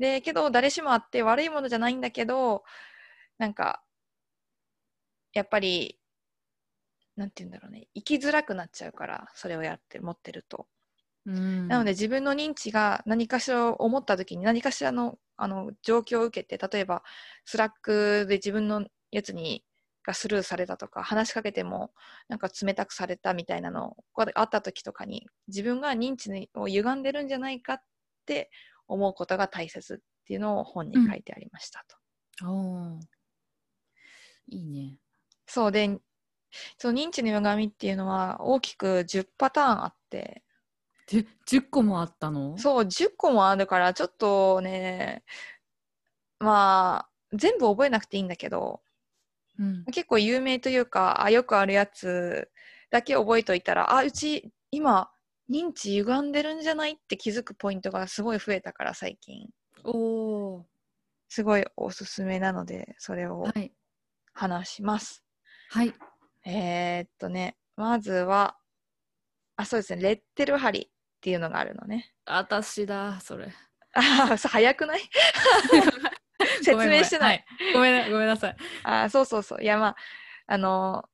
[SPEAKER 1] でけど誰しもあって悪いものじゃないんだけどなんかやっぱりなんて言うんだろうね生きづらくなっちゃうからそれをやって持ってると。
[SPEAKER 2] うん。
[SPEAKER 1] なので、自分の認知が何かしら思った時に何かしらのあの状況を受けて例えばスラックで自分のやつにがスルーされたとか話しかけてもなんか冷たくされたみたいなのがあった時とかに自分が認知を歪んでるんじゃないかって思うことが大切っていうのを本に書いてありましたと。
[SPEAKER 2] おーいいね。
[SPEAKER 1] そうでその認知の歪みっていうのは大きく10パターンあって
[SPEAKER 2] で、10個もあったの
[SPEAKER 1] そう、10個もあるから、ちょっとね、まあ、全部覚えなくていいんだけど、
[SPEAKER 2] うん。
[SPEAKER 1] 結構有名というか、あよくあるやつだけ覚えといたら、あ、うち今、認知歪んでるんじゃないって気づくポイントがすごい増えたから、最近。
[SPEAKER 2] おー
[SPEAKER 1] すごいおすすめなので、それを
[SPEAKER 2] はい。
[SPEAKER 1] 話します。
[SPEAKER 2] はい。
[SPEAKER 1] えーっとね、まずは、あ、そうですね、レッテル貼りっていうのがあるのね。
[SPEAKER 2] 私だ、それ。
[SPEAKER 1] あー、早くない 説明してない。
[SPEAKER 2] ごめん、はいごめんなごめんなさい。
[SPEAKER 1] あーそうそうそう。いや、まあ、あのー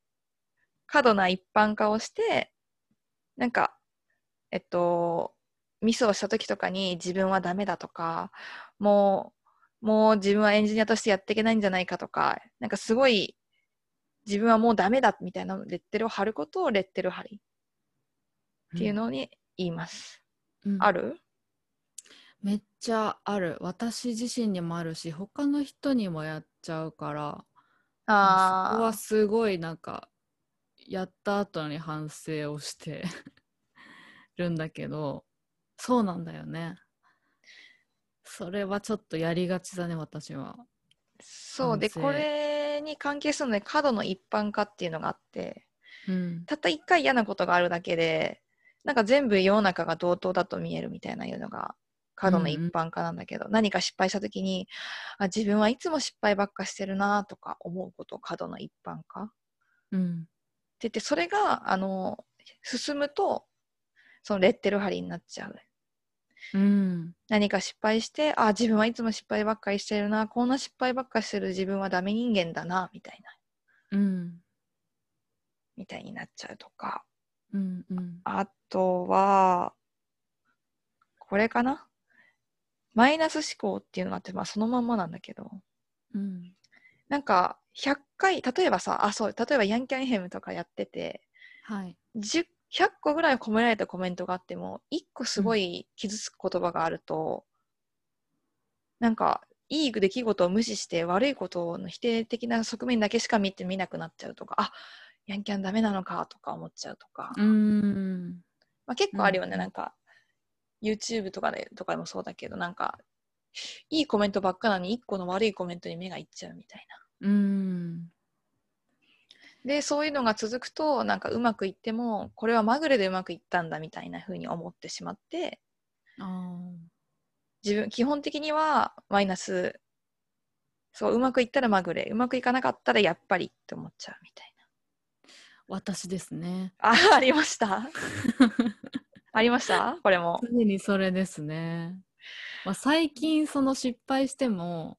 [SPEAKER 1] 過度な一般化をして、なんか、えっと、ミスをした時とかに自分はダメだとか、もう、もう自分はエンジニアとしてやっていけないんじゃないかとか、なんかすごい、自分はもうダメだみたいなレッテルを貼ることをレッテル貼りっていうのに言います。
[SPEAKER 2] うん
[SPEAKER 1] ある
[SPEAKER 2] めっちゃある。私自身にもあるし、他の人にもやっちゃうか
[SPEAKER 1] あ
[SPEAKER 2] ら、そこ
[SPEAKER 1] あ
[SPEAKER 2] は、すごいなんか、やった後に反省をして るんだけど、そうなんだよね。それはちょっとやりがちだね、私は。
[SPEAKER 1] そうで、
[SPEAKER 2] 反省
[SPEAKER 1] これに関係するので、過度の一般化っていうのがあって、
[SPEAKER 2] うん。
[SPEAKER 1] たった一回嫌なことがあるだけでなんか全部世の中が同等だと見えるみたいないうのが過度の一般化なんだけど、何か失敗した時にあ自分はいつも失敗ばっかしてるなとか思うことを過度の一般化って
[SPEAKER 2] うん。
[SPEAKER 1] 言ってそれがあの進むとそのレッテル貼りになっちゃう
[SPEAKER 2] うん。
[SPEAKER 1] 何か失敗してあ自分はいつも失敗ばっかりしてるなこんな失敗ばっかりしてる自分はダメ人間だなみたいな
[SPEAKER 2] うん。
[SPEAKER 1] みたいになっちゃうとか
[SPEAKER 2] うん。うん。
[SPEAKER 1] あとは、これかなマイナス思考っていうのがあって、まあそのまんまなんだけど、
[SPEAKER 2] うん。
[SPEAKER 1] なんか100回、例えばさ、あ、そう、例えばヤンキャンヘムとかやってて、
[SPEAKER 2] はい。
[SPEAKER 1] 10 100個ぐらい込められたコメントがあっても、1個すごい傷つく言葉があると、なんか、いい出来事を無視して悪いことの否定的な側面だけしか見て見なくなっちゃうとか、あ、ヤンキャンダメなのかとか思っちゃうとか。
[SPEAKER 2] うん。
[SPEAKER 1] まあ、結構あるよね、
[SPEAKER 2] うん
[SPEAKER 1] なんか YouTube とかでとかでもそうだけどなんかいいコメントばっかなのに1個の悪いコメントに目がいっちゃうみたい
[SPEAKER 2] うん。
[SPEAKER 1] なでそういうのが続くとなんかうまくいってもこれはまぐれでうまくいったんだみたいな風に思ってしまって
[SPEAKER 2] あ
[SPEAKER 1] 自分基本的にはマイナスそううまくいったらまぐれうまくいかなかったらやっぱりって思っちゃうみたい
[SPEAKER 2] あ、私ですね。
[SPEAKER 1] なあありました ありましたこれも
[SPEAKER 2] 常にそれですね。まあ、最近その失敗しても、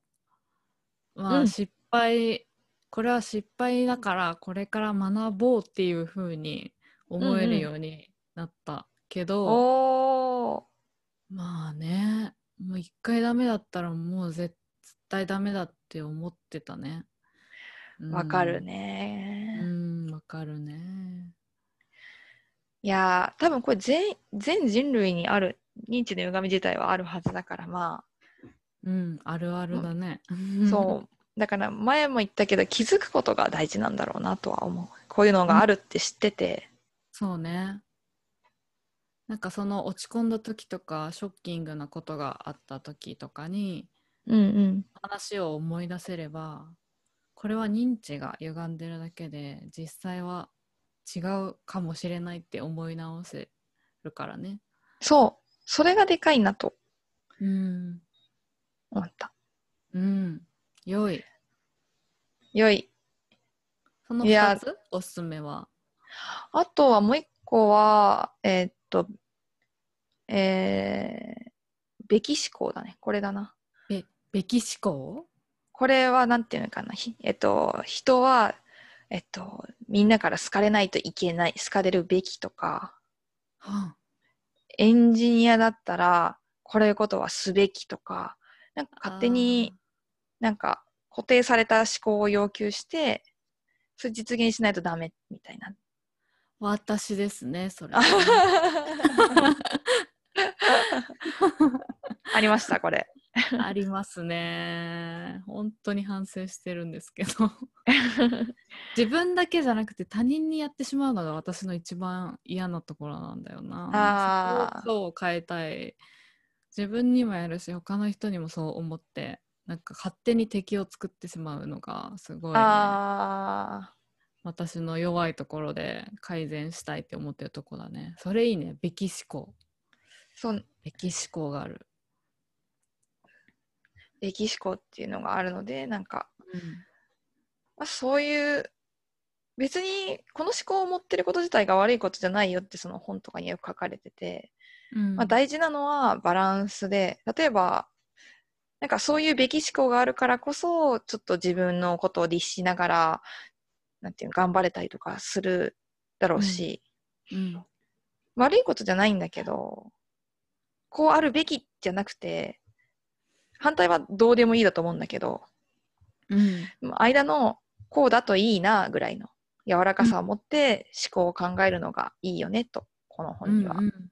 [SPEAKER 2] ま
[SPEAKER 1] う
[SPEAKER 2] あ、
[SPEAKER 1] ん
[SPEAKER 2] 失敗これは失敗だからこれから学ぼうっていうふうに思え
[SPEAKER 1] うんう
[SPEAKER 2] る
[SPEAKER 1] ん
[SPEAKER 2] ようになったけど、
[SPEAKER 1] おー
[SPEAKER 2] まあねもう一回ダメだったらもう絶対ダメだって思ってたね。うん
[SPEAKER 1] わかる。
[SPEAKER 2] う
[SPEAKER 1] ね。
[SPEAKER 2] んわかるね。
[SPEAKER 1] いやー多分これ全全人類にある認知の歪み自体はあるはずだからま
[SPEAKER 2] うんあるあるだね。
[SPEAKER 1] あそうだから前も言ったけど気づくことが大事なんだろうなとは思うこういうのがあるって知ってて、
[SPEAKER 2] そうね。なんかその落ち込んだ時とかショッキングなことがあった時とかに
[SPEAKER 1] うんうん、
[SPEAKER 2] 話を思い出せればこれは認知が歪んでるだけで実際は違うかもしれないって思い直せるからね。
[SPEAKER 1] そうそれがでかいなと
[SPEAKER 2] うん。
[SPEAKER 1] 思った
[SPEAKER 2] うん。良い。
[SPEAKER 1] よい
[SPEAKER 2] その
[SPEAKER 1] いや
[SPEAKER 2] 2つおすすめは。
[SPEAKER 1] あとはもう一個はえーっとえー、べき思考だねこれだな
[SPEAKER 2] べ、べき思考
[SPEAKER 1] これはなんていうのかな、ひえっと、人は、えっと、みんなから好かれないといけない、好かれるべきとか、
[SPEAKER 2] はあ
[SPEAKER 1] エンジニアだったら、これことはすべきとか、なんか勝手になんか固定された思考を要求して、それ実現しないとダメみたいな。
[SPEAKER 2] あー私ですね、それ。
[SPEAKER 1] ありました、これ。
[SPEAKER 2] ありますね。本当に反省してるんですけど。自分だけじゃなくて他人にやってしまうのが私の一番嫌なところなんだよな
[SPEAKER 1] あ。ー
[SPEAKER 2] そこをそう変えたい。自分にもやるし他の人にもそう思ってなんか勝手に敵を作ってしまうのがすごいね、
[SPEAKER 1] あ
[SPEAKER 2] 私の弱いところで改善したいって思ってるとこだね。それいいね。べき思考。
[SPEAKER 1] ーそう
[SPEAKER 2] べき思考がある。
[SPEAKER 1] べき思考っていうのがあるので、なんかまあ、そういう別にこの思考を持ってること自体が悪いことじゃないよってその本とかによく書かれてて、
[SPEAKER 2] うん
[SPEAKER 1] まあ、大事なのはバランスで例えばなんかそういうべき思考があるからこそちょっと自分のことを律しながらなんていうの頑張れたりとかするだろうし、
[SPEAKER 2] うん
[SPEAKER 1] 悪いことじゃないんだけどこうあるべきじゃなくて反対はどうでもいいだと思うんだけど
[SPEAKER 2] うん
[SPEAKER 1] 間のこうだといいなぐらいの柔らかさを持って思考を考えるのがいいよねとこの本には、
[SPEAKER 2] うんうん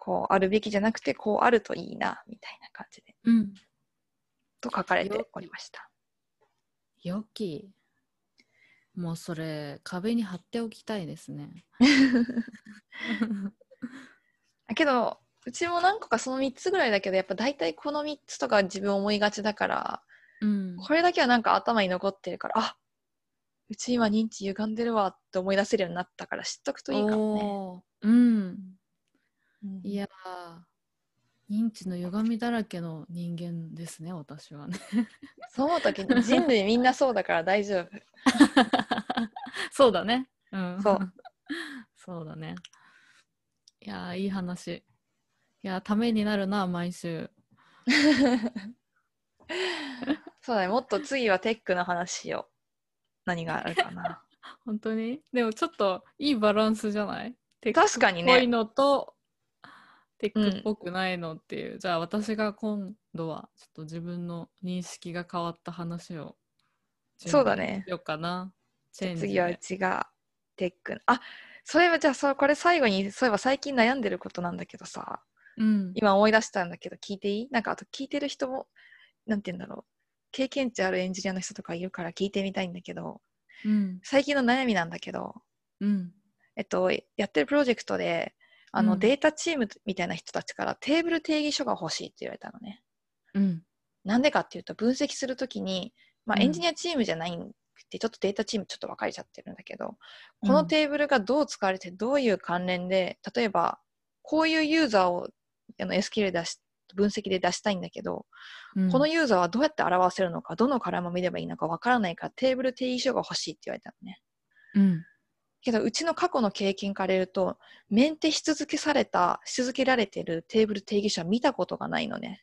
[SPEAKER 1] こうあるべきじゃなくてこうあるといいなみたいな感じで
[SPEAKER 2] うん。
[SPEAKER 1] と書かれておりました
[SPEAKER 2] 良き。もうそれ、壁に貼っておきたいです ね。
[SPEAKER 1] だけどうちも何個かその3つぐらいだけどやっぱ大体この3つとか自分思いがちだから
[SPEAKER 2] うん
[SPEAKER 1] これだけはなんか頭に残ってるからあうち今認知歪んでるわって思い出せるようになったから知っとくといいかもね、
[SPEAKER 2] おーうん。
[SPEAKER 1] うん
[SPEAKER 2] いやー、認知の歪みだらけの人間ですね、私はね。
[SPEAKER 1] そう思う時に人類みんなそうだから大丈夫
[SPEAKER 2] そうだね。うん。
[SPEAKER 1] そう。
[SPEAKER 2] そうだね。いやー、いい話。いやー、ためになるな、毎週。
[SPEAKER 1] そうだね、もっと次はテックの話を。何があるか な。
[SPEAKER 2] 本当にでもちょっといいバランスじゃないテック
[SPEAKER 1] 確かに
[SPEAKER 2] っぽい
[SPEAKER 1] ね、
[SPEAKER 2] のと、テックっぽくないのっていう、じゃあ私が今度はちょっと自分の認識が変わった話を
[SPEAKER 1] そうだね
[SPEAKER 2] 準備しようかなチェンジで
[SPEAKER 1] 次はうちがテック。あそれはじゃあそう、これ最後に、そういえば最近悩んでることなんだけどさ、
[SPEAKER 2] うん、
[SPEAKER 1] 今思い出したんだけど、聞いていいなんかあと聞いてる人も、なんて言うんだろう、経験値あるエンジニアの人とかいるから聞いてみたいんだけど、
[SPEAKER 2] うん
[SPEAKER 1] 最近の悩みなんだけど、
[SPEAKER 2] うん
[SPEAKER 1] えっと、やってるプロジェクトで、あの
[SPEAKER 2] うん
[SPEAKER 1] データチームみたいな人たちからテーブル定義書が欲しいって言われたのね。
[SPEAKER 2] うん
[SPEAKER 1] なんでかっていうと分析するときに、まあ、
[SPEAKER 2] うん
[SPEAKER 1] エンジニアチームじゃないんでちょっとデータチームちょっと分かれちゃってるんだけど
[SPEAKER 2] うん
[SPEAKER 1] このテーブルがどう使われてどういう関連で例えばこういうユーザーをあの SQL で出し分析で出したいんだけど、
[SPEAKER 2] うん
[SPEAKER 1] このユーザーはどうやって表せるのかどのカラムを見ればいいのか分からないからテーブル定義書が欲しいって言われたのね。
[SPEAKER 2] うん
[SPEAKER 1] けどうちの過去の経験から言うとメンテし続けされたし続けられてるテーブル定義書は見たことがないのね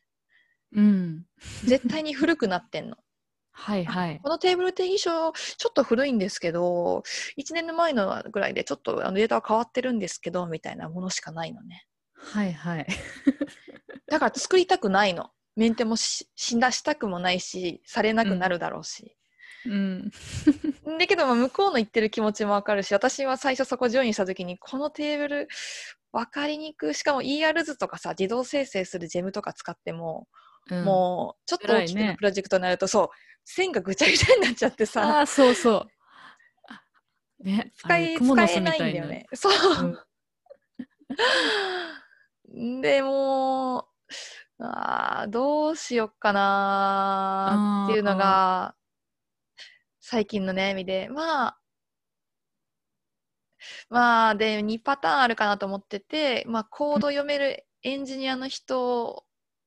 [SPEAKER 2] うん
[SPEAKER 1] 絶対に古くなってんの
[SPEAKER 2] はいはい。
[SPEAKER 1] このテーブル定義書、ちょっと古いんですけど、1年前のぐらいでちょっとあのデータは変わってるんですけど、みたいなものしかないのね。
[SPEAKER 2] はいはい。
[SPEAKER 1] だから作りたくないの。メンテもしし出したくもないし、されなくなるだろうし。
[SPEAKER 2] うん。
[SPEAKER 1] だけど、まあ向こうの言ってる気持ちもわかるし、私は最初そこジョインした時に、このテーブル、わかりにくい。しかも ER 図とかさ、自動生成するジェムとか使っても、もう、ちょっと大き
[SPEAKER 2] 辛い
[SPEAKER 1] な
[SPEAKER 2] ね
[SPEAKER 1] プロジェクトになると、そう、線がぐちゃぐちゃになっちゃって
[SPEAKER 2] うん、
[SPEAKER 1] さ。
[SPEAKER 2] ああ、そうそう。ね、
[SPEAKER 1] 使
[SPEAKER 2] あ
[SPEAKER 1] い
[SPEAKER 2] の
[SPEAKER 1] 使えないんだよ。ね。そ
[SPEAKER 2] 蜘蛛の巣みたいなうん
[SPEAKER 1] う。でもう、あーどうしよっかなーっていうのが、最近の悩みで、まあ、まあ、で、2パターンあるかなと思ってて、まあ、コード読めるエンジニアの人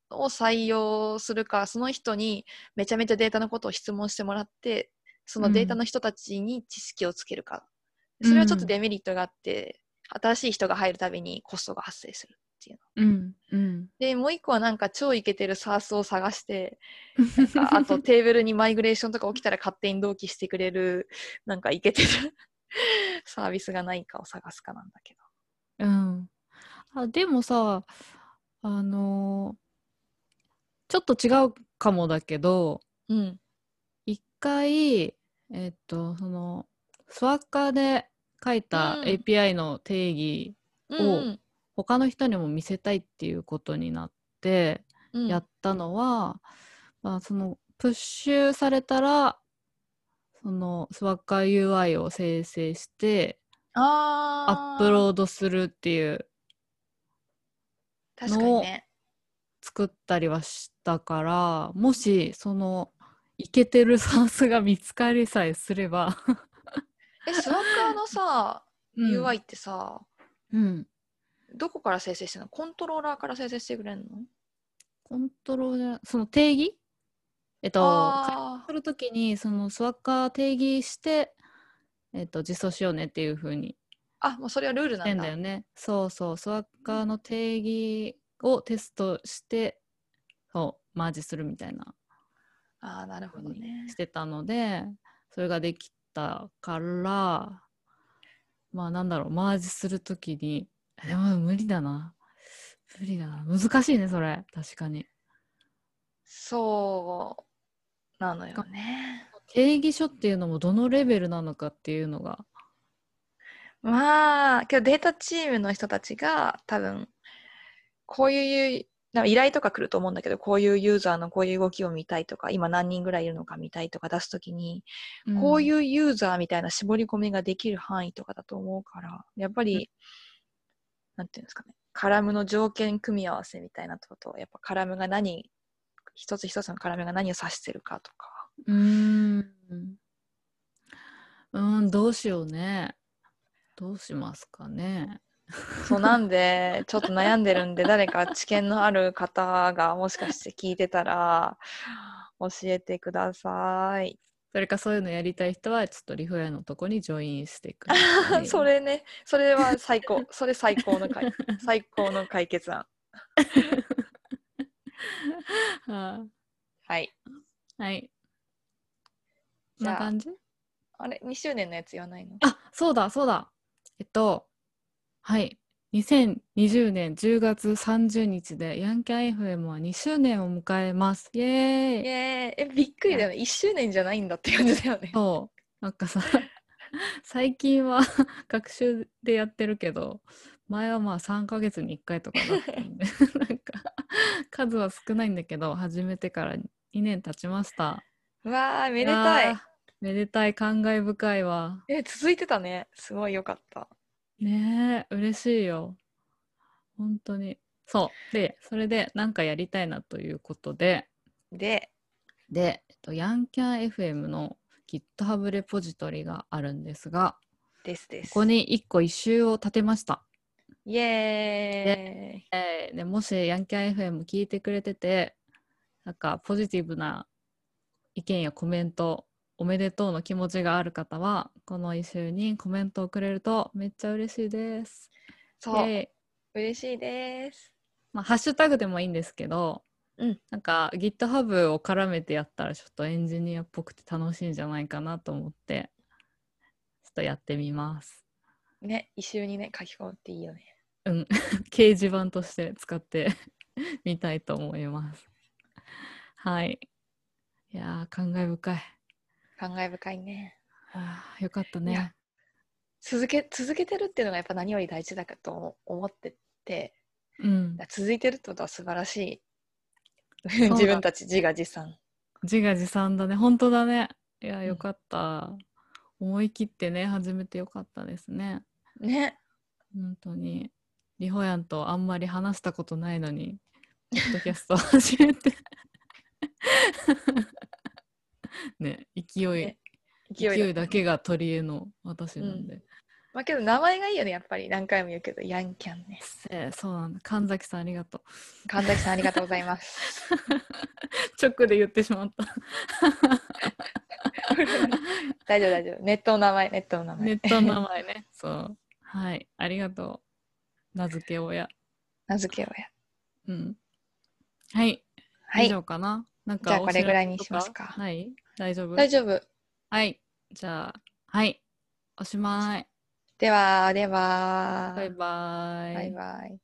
[SPEAKER 1] を採用するか、その人にめちゃめちゃデータのことを質問してもらって、そのデータの人たちに知識をつけるか。それはちょっとデメリットがあって、新しい人が入るたびにコストが発生する。
[SPEAKER 2] うん、うん。
[SPEAKER 1] で、もう一個はなんか超イケてるサースを探して、 なんかあとテーブルにマイグレーションとか起きたら勝手に同期してくれる、なんかイケてるサービスがないかを探すかなんだけど。
[SPEAKER 2] うん。あ、でもさ、あのーちょっと違うかもだけど、
[SPEAKER 1] うん。
[SPEAKER 2] 一回、えっと、その、スワッカーで書いた
[SPEAKER 1] うん
[SPEAKER 2] API の定義、
[SPEAKER 1] うん
[SPEAKER 2] 他の人にも見せたいっていうことになって、
[SPEAKER 1] うん。
[SPEAKER 2] やったのは、まあ、そのプッシュされたらそのスワッカー UI を生成して
[SPEAKER 1] あ
[SPEAKER 2] アップ
[SPEAKER 1] ー
[SPEAKER 2] ロードするっていう
[SPEAKER 1] 確かにね。
[SPEAKER 2] 作ったりはしたからもしそのイケてるサースが見つかりさえす れば、
[SPEAKER 1] え、スワッカーのさ、
[SPEAKER 2] うん、
[SPEAKER 1] UI ってさ、
[SPEAKER 2] うん、
[SPEAKER 1] どこから生成してるのコントローラーから生成してくれるの
[SPEAKER 2] コントロールその定義えっと
[SPEAKER 1] あ
[SPEAKER 2] するときにそのスワッカー定義して、えっと、実装しようねっていうふうに
[SPEAKER 1] あ。あ、もうそれはルールな
[SPEAKER 2] して
[SPEAKER 1] ん
[SPEAKER 2] ん
[SPEAKER 1] だ。
[SPEAKER 2] だよね。そうそう、スワッカーの定義をテストして、そう、マージするみたいな
[SPEAKER 1] ああ、なるほ
[SPEAKER 2] 風
[SPEAKER 1] ど
[SPEAKER 2] に
[SPEAKER 1] ね。
[SPEAKER 2] してたので、それができたから、まあなんだろう、マージするときに、でも無理だな。無理だな。難しいね、それ。確かに。
[SPEAKER 1] そうなのよね。
[SPEAKER 2] 定義書っていうのもどのレベルなのかっていうのが。
[SPEAKER 1] まあ、けどデータチームの人たちが多分、こういう、なんか依頼とか来ると思うんだけど、こういうユーザーのこういう動きを見たいとか、今何人ぐらいいるのか見たいとか出すときに、こういううユーザーみたいな絞り込みができる範囲とかだと思うから、やっぱり、なんていうんですかね、カラムの条件組み合わせみたいなことを、やっぱカラムが何、一つ一つのカラムが何を指してるかとか、
[SPEAKER 2] ん。うーん。うん、どうしようね。どうしますかね。
[SPEAKER 1] そうなんで、ちょっと悩んでるんで、誰か知見のある方がもしかして聞いてたら、教えてください。
[SPEAKER 2] それかそういうのやりたい人はちょっとリフヤのとこにジョインしてください。
[SPEAKER 1] それね、それは最高、それ最高の解、最高の解決案。
[SPEAKER 2] は
[SPEAKER 1] はい。
[SPEAKER 2] い。はい。こん
[SPEAKER 1] じ
[SPEAKER 2] な
[SPEAKER 1] ゃあ
[SPEAKER 2] 感、じ
[SPEAKER 1] あれ、2周年のやつ言わないの
[SPEAKER 2] あ、そうだそうだ。えっと、はい。2020年10月30日でヤンキャン FM は2周年を迎えます。イエー
[SPEAKER 1] いやー
[SPEAKER 2] イ
[SPEAKER 1] え、びっくりだよね。1周年じゃないんだって感じだよね。
[SPEAKER 2] そう。なんかさ、 最近は 学習でやってるけど、前はまあ3ヶ月に1回とかだったんで、なんか数は少ないんだけど、始めてから2年経ちました。
[SPEAKER 1] うわー、めで
[SPEAKER 2] め
[SPEAKER 1] たい。。
[SPEAKER 2] めでたい、感慨深いわ。
[SPEAKER 1] え、続いてたね。すごいよかった。
[SPEAKER 2] ねえ、嬉しいよ。本当に。そう。で、それでなんかやりたいなということで、
[SPEAKER 1] で、
[SPEAKER 2] で、えっと、ヤンキャン FM の GitHub レポジトリがあるんですが、
[SPEAKER 1] ですです。
[SPEAKER 2] ここに一個一周を立てました。
[SPEAKER 1] イエーイ。
[SPEAKER 2] えーでもしヤンキャン FM 聞いてくれててなんかポジティブな意見やコメントおめでとうの気持ちがある方はこの一周にコメントをくれるとめっちゃ嬉しいです。
[SPEAKER 1] そう、
[SPEAKER 2] で
[SPEAKER 1] 嬉しいです。
[SPEAKER 2] まあ、ハッシュタグでもいいんですけど
[SPEAKER 1] うん
[SPEAKER 2] なんか GitHub を絡めてやったらちょっとエンジニアっぽくて楽しいんじゃないかなと思ってちょっとやってみます。
[SPEAKER 1] ね、一周にね、書き込むっていいよね。
[SPEAKER 2] 掲示板として使って みたいと思います。はい。いやー感慨深い。
[SPEAKER 1] 感慨深いね。
[SPEAKER 2] あーよかった
[SPEAKER 1] いや
[SPEAKER 2] ね。
[SPEAKER 1] 続け、続けてるっていうのがやっぱ何より大事だかと思思ってて、
[SPEAKER 2] うん。
[SPEAKER 1] 続いてるってことは素晴らし
[SPEAKER 2] う
[SPEAKER 1] い。
[SPEAKER 2] だ
[SPEAKER 1] 自分たち自画自賛。
[SPEAKER 2] 自画自賛だね。本当だね。いや
[SPEAKER 1] ん
[SPEAKER 2] よかった。思い切ってね始めてよかったですね。
[SPEAKER 1] ね。
[SPEAKER 2] 本当に。リホヤンとあんまり話したことないのに、ポッドキャストを始めて。 ね、勢い
[SPEAKER 1] ね、勢い
[SPEAKER 2] 勢い
[SPEAKER 1] だ。
[SPEAKER 2] だけが取り柄の私なんで。
[SPEAKER 1] まあけど名前がいいよね、やっぱり。何回も言うけど、ヤンキャンね。
[SPEAKER 2] えーそうなんだ。神崎さんありがとう。
[SPEAKER 1] 神崎さんありがとうござい ます。
[SPEAKER 2] 直で言ってしまった。
[SPEAKER 1] 大丈夫大丈夫。ネットの名前、ネットの名前。
[SPEAKER 2] ネットの名前ね。そう。はい。ありがとう。名付け親。
[SPEAKER 1] 名付けようや。
[SPEAKER 2] うん。はい。
[SPEAKER 1] は
[SPEAKER 2] 以
[SPEAKER 1] い。
[SPEAKER 2] 上かな。なんか
[SPEAKER 1] じゃあこれぐらい
[SPEAKER 2] お知
[SPEAKER 1] に
[SPEAKER 2] せと
[SPEAKER 1] しますか
[SPEAKER 2] ない大丈夫
[SPEAKER 1] 大丈夫。
[SPEAKER 2] はい。じゃあ、はい。おしまい。
[SPEAKER 1] では、では。
[SPEAKER 2] バイバイ。
[SPEAKER 1] バイバイ。